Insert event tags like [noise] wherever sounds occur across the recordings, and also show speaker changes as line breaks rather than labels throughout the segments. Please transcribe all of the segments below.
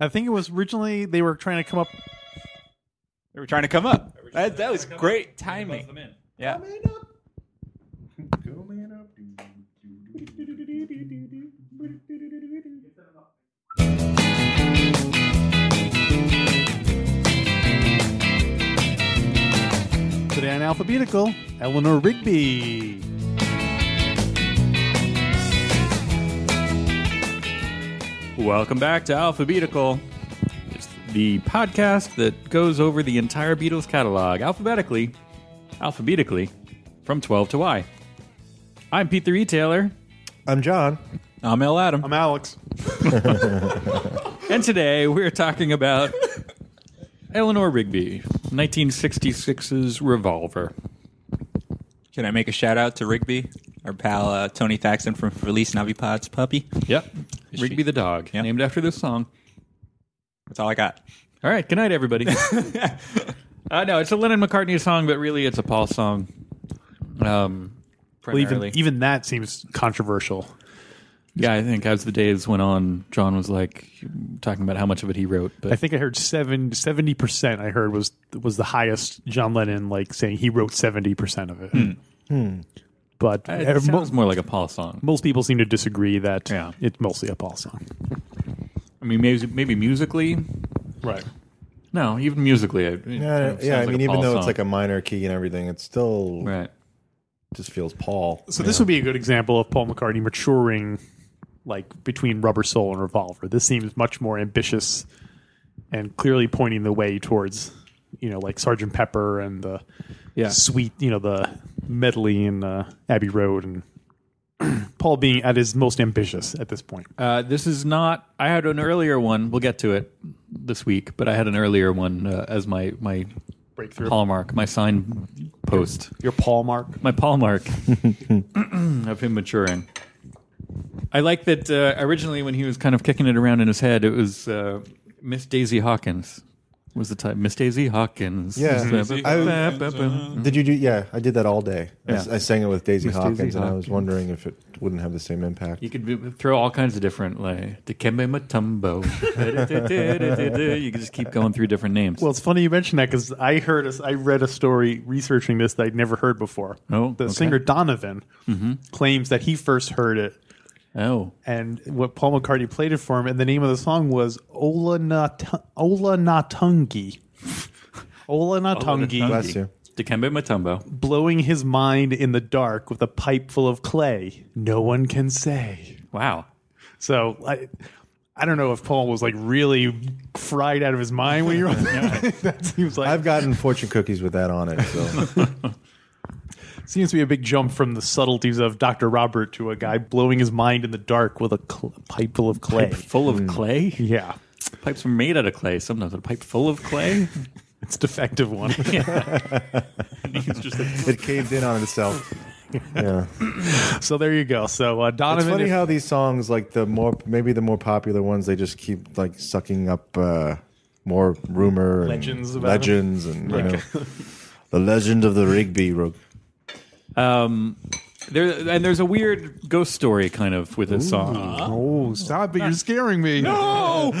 I think it was originally they were trying to come up.
They were trying to come up. That, that was great timing. Yeah.
Today on Alphabetical, Eleanor Rigby.
Welcome back to Alphabetical. It's the podcast that goes over the entire Beatles catalog alphabetically, alphabetically, from 12 to Y. I'm Pete the Retailer.
I'm John.
I'm L. Adam.
I'm Alex.
And today we're talking about Eleanor Rigby, 1966's Revolver.
Can I make a shout out to Rigby, our pal uh, Tony Thaxton from Felice Navipod's puppy?
Yep. Rigby
she-
the dog,
Yeah.
named after this song.
That's all I got.
All right, good night, everybody. uh, no, it's a Lennon McCartney song, but really it's a Paul song. Um,
Well, even,
primarily.
even that seems controversial.
yeah, I think as the days went on, John was like talking about how much of it he wrote. But
I think I heard seven, 70% I heard was was the highest John Lennon like saying he wrote 70% of it. But
it
Hmm. uh, mo-
sounds more like a Paul song.
most people seem to disagree that
Yeah.
it's mostly a Paul song.
I mean, maybe, maybe musically.
Right.
No, even musically. It, it kind
Yeah,
of
yeah. I
sounds like
mean,
a
even
Paul
though
song.
it's like a minor key and everything, it still
right. Mm-hmm.
just feels Paul.
So this would be a good example of Paul McCartney maturing like between Rubber Soul and Revolver. This seems much more ambitious and clearly pointing the way towards you know like Sergeant Pepper and the
Yeah.
sweet, you know, the medley in uh, Abbey Road and [clears throat] Paul being at his most ambitious at this point.
Uh, this is not. I had an earlier one. We'll get to it this week, but I had an earlier one uh, as my my
Breakthrough.
hallmark, my sign post,
Your Paul mark.
my hallmark of him maturing. I like that uh, originally when he was kind of kicking it around in his head, it was uh, Miss Daisy Hawkins was the type. Miss Daisy Hawkins.
Yeah. I-
Ba-ba-ba-ba.
Did you do? Yeah, I did that all day. I s-
Yeah.
I, sang it with Daisy
Miss Daisy
Hawkins, and I was
Hawkins.
wondering if it wouldn't have the same impact.
You could do- throw all kinds of different, like Dikembe
[laughs]
Mutombo. you could just keep going through different names.
Well, it's funny you mentioned that because I heard, a, I read a story researching this that I'd never heard before.
Oh,
the
okay. Mm-hmm.
singer Donovan claims that he first heard it
oh,
and what Paul McCartney played it for him, and the name of the song was Ola Nat- Ola
[laughs]
Natungi. Ola Natungi,
Bless you.
Dikembe Mutombo.
blowing his mind in the dark with a pipe full of clay. No one can say.
Wow.
So I, I don't know if Paul was like really fried out of his mind when you
[laughs]
wrote that. [laughs] that seems like
[laughs] I've gotten fortune cookies with that on it.
[laughs]
So
seems to be a big jump from the subtleties of Dr. Robert to a guy blowing his mind in the dark with a cl- pipe full of clay.
Pipe full
Hmm.
of clay?
Yeah,
Pipes were made out of clay. Sometimes a pipe full of clay.
it's a defective
[laughs]
one.
It's just like-
it caved in
[laughs]
on itself. Yeah.
so there you go. So uh,
It's
Donovan,
funny
if-
how these songs, like the more maybe the more popular ones, they just keep like sucking up uh, more rumor, and
Legends about
legends, and you know, the legend of the
[laughs]
Rigby. Ro-
um, there and there's a weird ghost story kind of with this song.
Oh, stop it. You're scaring me.
Oh,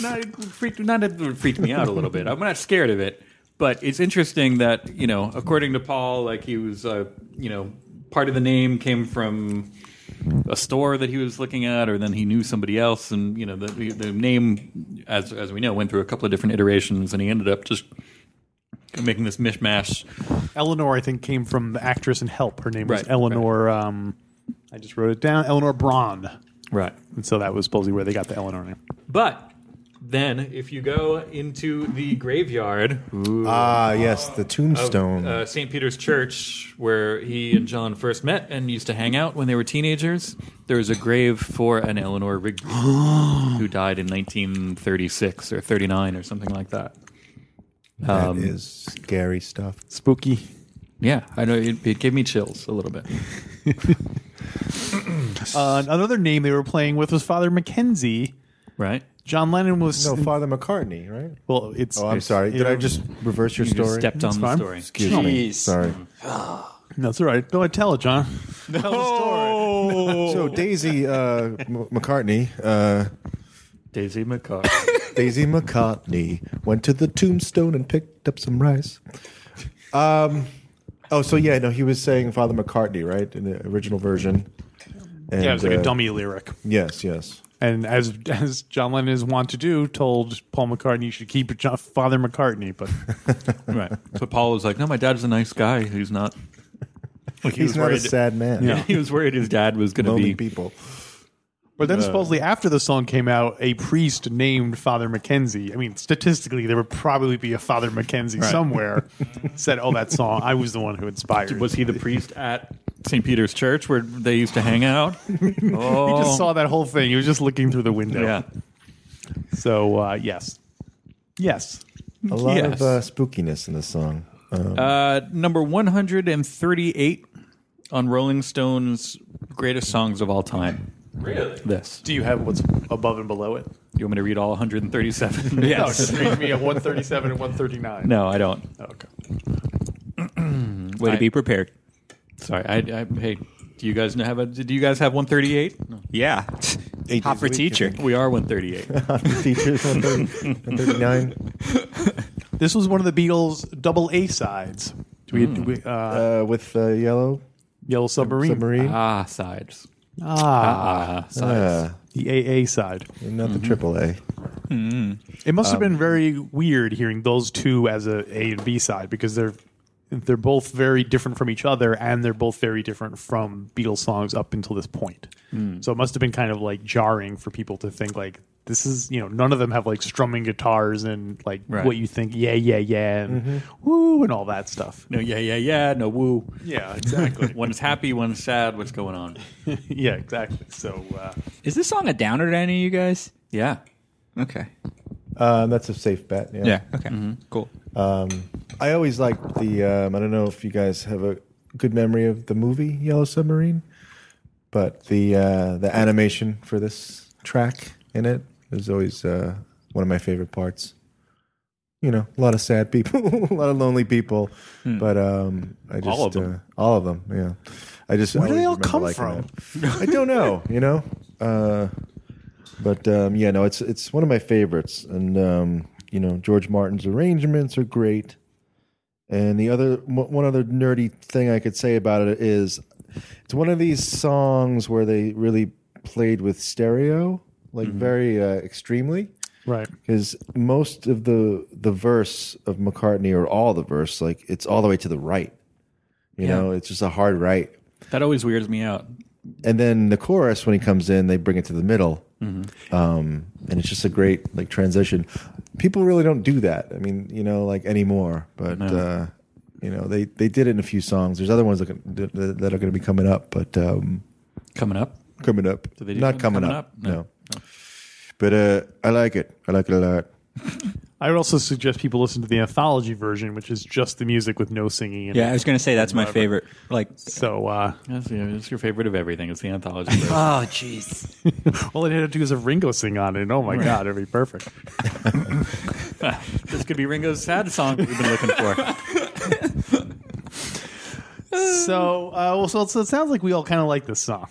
not it freaked, not it freaked me out a little bit. I'm not scared of it, but it's interesting that you know, according to Paul, like he was, uh, you know, part of the name came from a store that he was looking at, or then he knew somebody else, and you know, the the name, as as we know, went through a couple of different iterations, and he ended up just making this mishmash.
Eleanor, I think, came from the actress in Help. Her name was
Right,
Eleanor. Um, I just wrote it down. Eleanor Braun.
Right.
And so that was supposedly where they got the Eleanor name.
But then, if you go into the graveyard
Ah, yes, the tombstone.
of uh, St. Peter's Church, where he and John first met and used to hang out when they were teenagers, there is a grave for an Eleanor Rigby [gasps] who died in 1936 or 39 or something like that.
That is scary stuff.
Spooky.
Yeah, I know it, it gave me chills a little bit.
Uh, another name they were playing with was Father Mackenzie.
Right?
John Lennon was.
No, Father McCartney, right?
Well, it's.
Oh, I'm sorry. Did I just reverse your
You
story?
stepped on the
fine.
story.
Excuse me.
Jeez.
Sorry.
That's all right. Go ahead, tell it, John. Oh.
So Daisy uh, M- McCartney uh,
Daisy McCall.
[laughs] Daisy McCartney went to the tombstone and picked up some rice. Um, oh, so yeah, no, he was saying Father McCartney, right, in the original version. And,
Yeah, it was like
uh,
a dummy lyric.
Yes, yes.
And as [laughs] as John Lennon is wont to do, told Paul McCartney you should keep it John, Father McCartney, but
right. So Paul was like, "No, my dad's a nice guy. He's not." [laughs] Like, he
He's
was
not a
worried-
sad man.
Yeah.
He was worried his dad was going to
Lonely
be
people.
But then supposedly after the song came out, a priest named Father Mackenzie. I mean, statistically, there would probably be a Father Mackenzie
[laughs]
somewhere. said, "Oh, that song! I was the one who inspired."
[laughs] Was he the priest at St. Peter's Church where they used to hang out? oh,
[laughs] He just saw that whole thing. He was just looking through the window.
yeah.
So uh, yes, yes.
A lot
Yes.
of uh, spookiness in this song. Um,
Uh, number one hundred and thirty-eight on Rolling Stone's greatest songs of all time. Really? This.
Do you have what's above and below it?
You want me to read all one hundred and [laughs] thirty-seven?
No, just read me at one thirty-seven and one thirty-nine.
No, I don't.
Okay.
Way
I-
to be prepared.
Sorry. I, I hey, do you guys have a? Do you guys have one thirty-eight? No.
Yeah.
Eight
Hot
days
for
a week, I
teacher.
We are one thirty-eight.
teachers 139
This was one of the Beatles' double A sides. Do we, do we uh,
uh, with uh, yellow
Yellow Submarine?
submarine.
[laughs] ah, sides.
Ah,
Ah, sides.
Uh,
the AA side.
not the triple A.
It must have been very weird hearing those two as a A and B side because they're they're both very different from each other and they're both very different from Beatles songs up until this point. So it must have been kind of like jarring for people to think like this is you know none of them have like strumming guitars and like
Right.
what you think yeah yeah yeah and woo and all that stuff.
no, yeah, yeah, yeah. No, woo.
Yeah, exactly.
Uh, One's happy, one's sad. What's going on?
[laughs] yeah, exactly. So uh,
Is this song a downer to any of you guys?
Yeah.
Okay.
Um, that's a safe bet. Yeah.
Yeah. Okay. Cool.
I always liked the. Um, I don't know if you guys have a good memory of the movie Yellow Submarine, but the uh, the animation for this track in it is always uh, one of my favorite parts. You know, a lot of sad people, [laughs] a lot of lonely people,
Hmm.
but um, I just
All of them.
Uh, all of them. Yeah, I just where
do they all come from?
I don't know.
[laughs]
You know. Uh, but um, yeah, no, it's it's one of my favorites, and um, you know George Martin's arrangements are great. And the other mo- one other nerdy thing I could say about it is, it's one of these songs where they really played with stereo, like very uh, extremely,
right.
because most of the the verse of McCartney or all the verse, like it's all the way to the right. You know, it's just a hard right,
That always weirds me out.
and then the chorus when he comes in they bring it to the middle um, and it's just a great like transition people really don't do that i mean you know like anymore but uh, you know they, they did it in a few songs there's other ones that, can- that that are going to be coming up but um,
Coming up.
coming up
they do
not
something
coming,
coming
up,
up?
No.
No.
but uh, i like it i like it a lot
I would also suggest people listen to the anthology version, which is just the music with no singing. In
Yeah, I
It.
was gonna say that's my favorite. Like,
So uh,
That's, yeah, it's your favorite of everything. It's the anthology. version.
oh jeez.
[laughs] All it had to do was have Ringo sing on it. and Oh my god, it'd be perfect.
this could be Ringo's sad song that we've been looking [laughs] for.
so, uh, well, so, so it sounds like we all kind of like this song.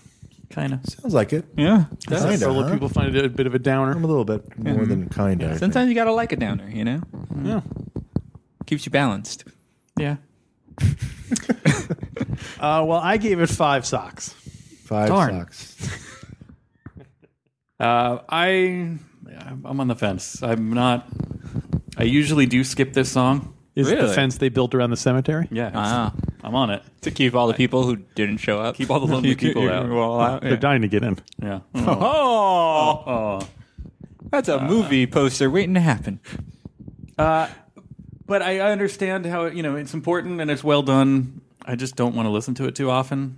kind of.
sounds like it
Yeah.
Kinda,
so
huh?
people find it a bit of a
i'm
downer.
a little bit more than kind of
Sometimes you gotta like a downer, you know.
Yeah.
Keeps you balanced.
Yeah.
Uh, well, I gave it five socks.
five
Darn.
socks
Uh, I, I'm on the fence. I'm not. I usually do skip this song.
Is it the
Really?
fence they built around the cemetery?
Yeah. it's-
Ah.
I'm on it.
To keep all the people who didn't show up.
Keep all
[laughs]
the lonely people out.
They're dying to get in.
Yeah.
Oh,
Oh.
that's a movie poster waiting to happen.
Uh, but I I understand how it- you know it's important and it's well done. I just don't want to listen to it too often.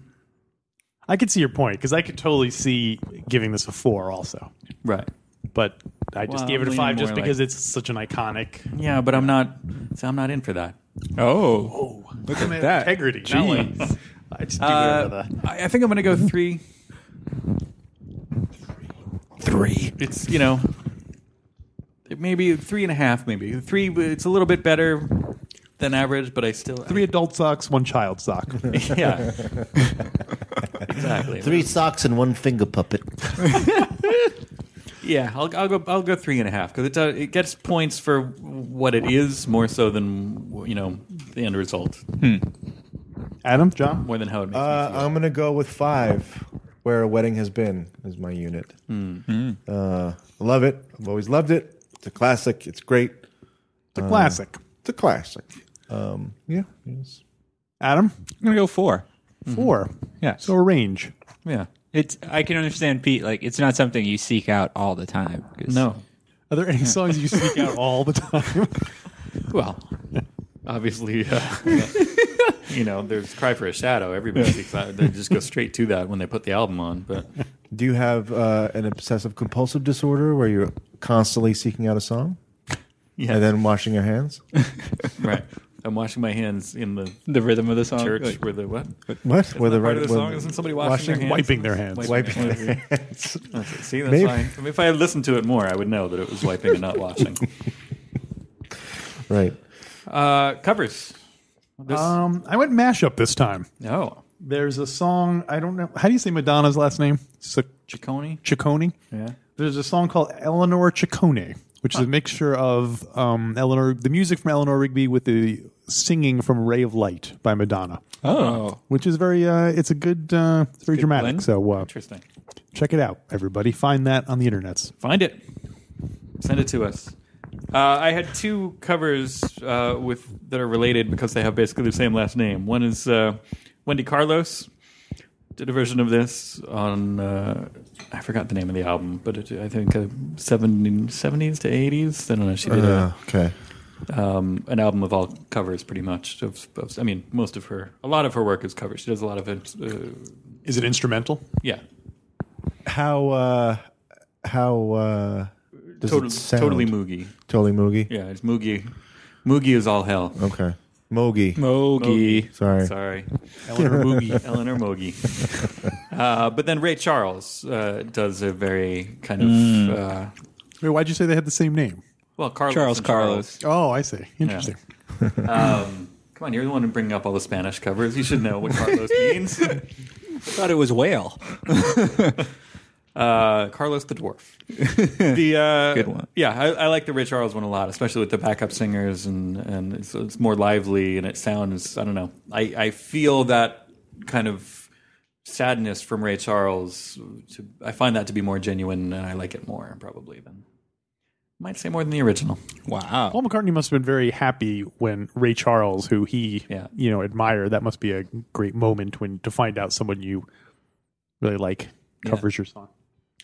I could see your point because I could totally see giving this a four also,
Right.
but I just
Well,
gave it a
leaning
five just
more like-
because it's such an iconic
Yeah, but I'm not. So I'm not in for that.
Oh, look at that
integrity. Not like, [laughs] I just do
Uh,
whatever the-
I, I think I'm going to go three.
Three.
It's you know, it maybe three and a half, maybe three. but It's a little bit better than average, but I still
three adult socks, one child sock. [laughs]
Yeah, exactly.
socks and one finger puppet
Yeah, I'll, I'll go. I'll go three and a half because it does, it gets points for what it is more so than you know the end result
Adam, John,
more than how it makes
Uh, I'm gonna go with five. Where a wedding has been is my unit.
Mm-hmm.
Uh, love it. I've always loved it. It's a classic. It's great.
the classic.
Uh, It's a classic. Um, yeah. Yes.
Adam,
I'm gonna go four.
four.
Yeah.
So a range.
me. Yeah.
It's I can understand Pete. Like it's not something you seek out all the time. 'cause-
No.
Are there [laughs] any songs you sneak out all the time?
[laughs] Well, obviously, uh, you know, there's "Cry for a Shadow." Everybody speaks that. They just go straight to that when they put the album on. [laughs] But
Do you have uh, an obsessive compulsive disorder where you're constantly seeking out a song
yeah,
and then washing your hands?
right. I'm washing my hands in the
the rhythm of the song.
church
like-
where the what?
What? Where
Isn't that part
right-
of the
where
song? Isn't somebody washing, their hands?
[laughs] Wiping their hands.
Wiping
their hands.
hands.
That's it. See, that's
Maybe.
fine. I mean, if I had listened to it more, I would know that it was wiping and not [laughs] washing.
[laughs] right.
Uh, covers. This, oh,
um, I went mashup this time.
no,
There's a song I don't know. How do you say Madonna's last name? Sa-
Ciccone.
Ciccone.
Yeah.
There's a song called Eleanor Ciccone, which is a mixture of um, Eleanor, the music from Eleanor Rigby with the singing from Ray of Light by Madonna,
Oh,
which is very. Uh, it's a good. Uh, it's very dramatic.
blend.
So uh,
Interesting.
check it out, everybody. Find that on the internets.
Find it. Send it to us. Uh, I had two covers uh, with that are related because they have basically the same last name. One is uh, Wendy Carlos did a version of this on uh, I forgot the name of the album, but it, I think uh, 70, 70s to 80s. I don't know. She did a,
Uh, okay. Uh.
um, an album of all covers, pretty much. Of, of, I mean, most of her, a lot of her work is covers. She does a lot of it. Uh,
Is it instrumental?
yeah,
How uh, how uh, does
totally,
it sound?
totally Moogie.
Totally Moogie.
Yeah, it's Moogie. Moogie is all hell.
Okay. Mogi.
Mogi.
Sorry.
Sorry,
[laughs]
Eleanor Moogie. Eleanor Moogie. Uh, but then Ray Charles uh, does a very kind of
Mm.
uh,
Wait, why'd you say they had the same name?
well, Carlos
Charles
and
Carlos.
Oh, I see. Interesting.
Come on, you're the one bringing up all the Spanish covers. You should know what
[laughs]
Carlos means.
Thought it was whale.
Uh, Carlos the dwarf. [laughs] the uh,
Good one.
Yeah, I, I like the Ray Charles one a lot, especially with the backup singers, and and it's, it's more lively and it sounds. I don't know. I I feel that kind of sadness from Ray Charles. To I find that to be more genuine, and I like it more probably than might say more than the original.
Wow.
Paul McCartney must have been very happy when Ray Charles, who he
Yeah.
you know admired, that must be a great moment when to find out someone you really like covers your song.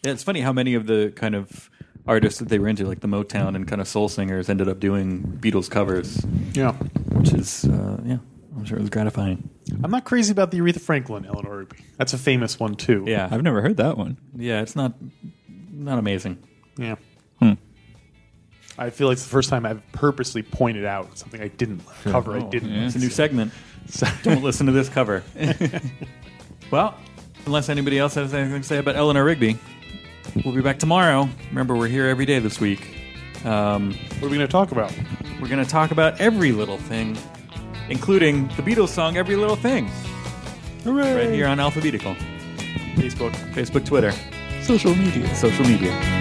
Yeah, it's funny how many of the kind of artists that they were into, like the Motown and kind of soul singers, ended up doing Beatles covers,
Yeah,
which is uh, yeah, I'm sure it was gratifying.
I'm not crazy about the Aretha Franklin Eleanor Rigby. That's a famous one too.
Yeah,
I've never heard that one.
Yeah, it's not not amazing.
yeah.
Hmm.
I feel like it's the first time I've purposely pointed out something I didn't cover. I didn't.
Hmm. Oh, It's a
[laughs]
new segment. Don't listen to this cover. well, unless anybody else has anything to say about Eleanor Rigby, we'll be back tomorrow. Remember, we're here every day this week. Um,
What are we going to talk about?
we're going to talk about every little thing, including the Beatles song "Every Little Thing," right here on Alphabetical,
Facebook.
Facebook, Twitter,
Social media.
social media.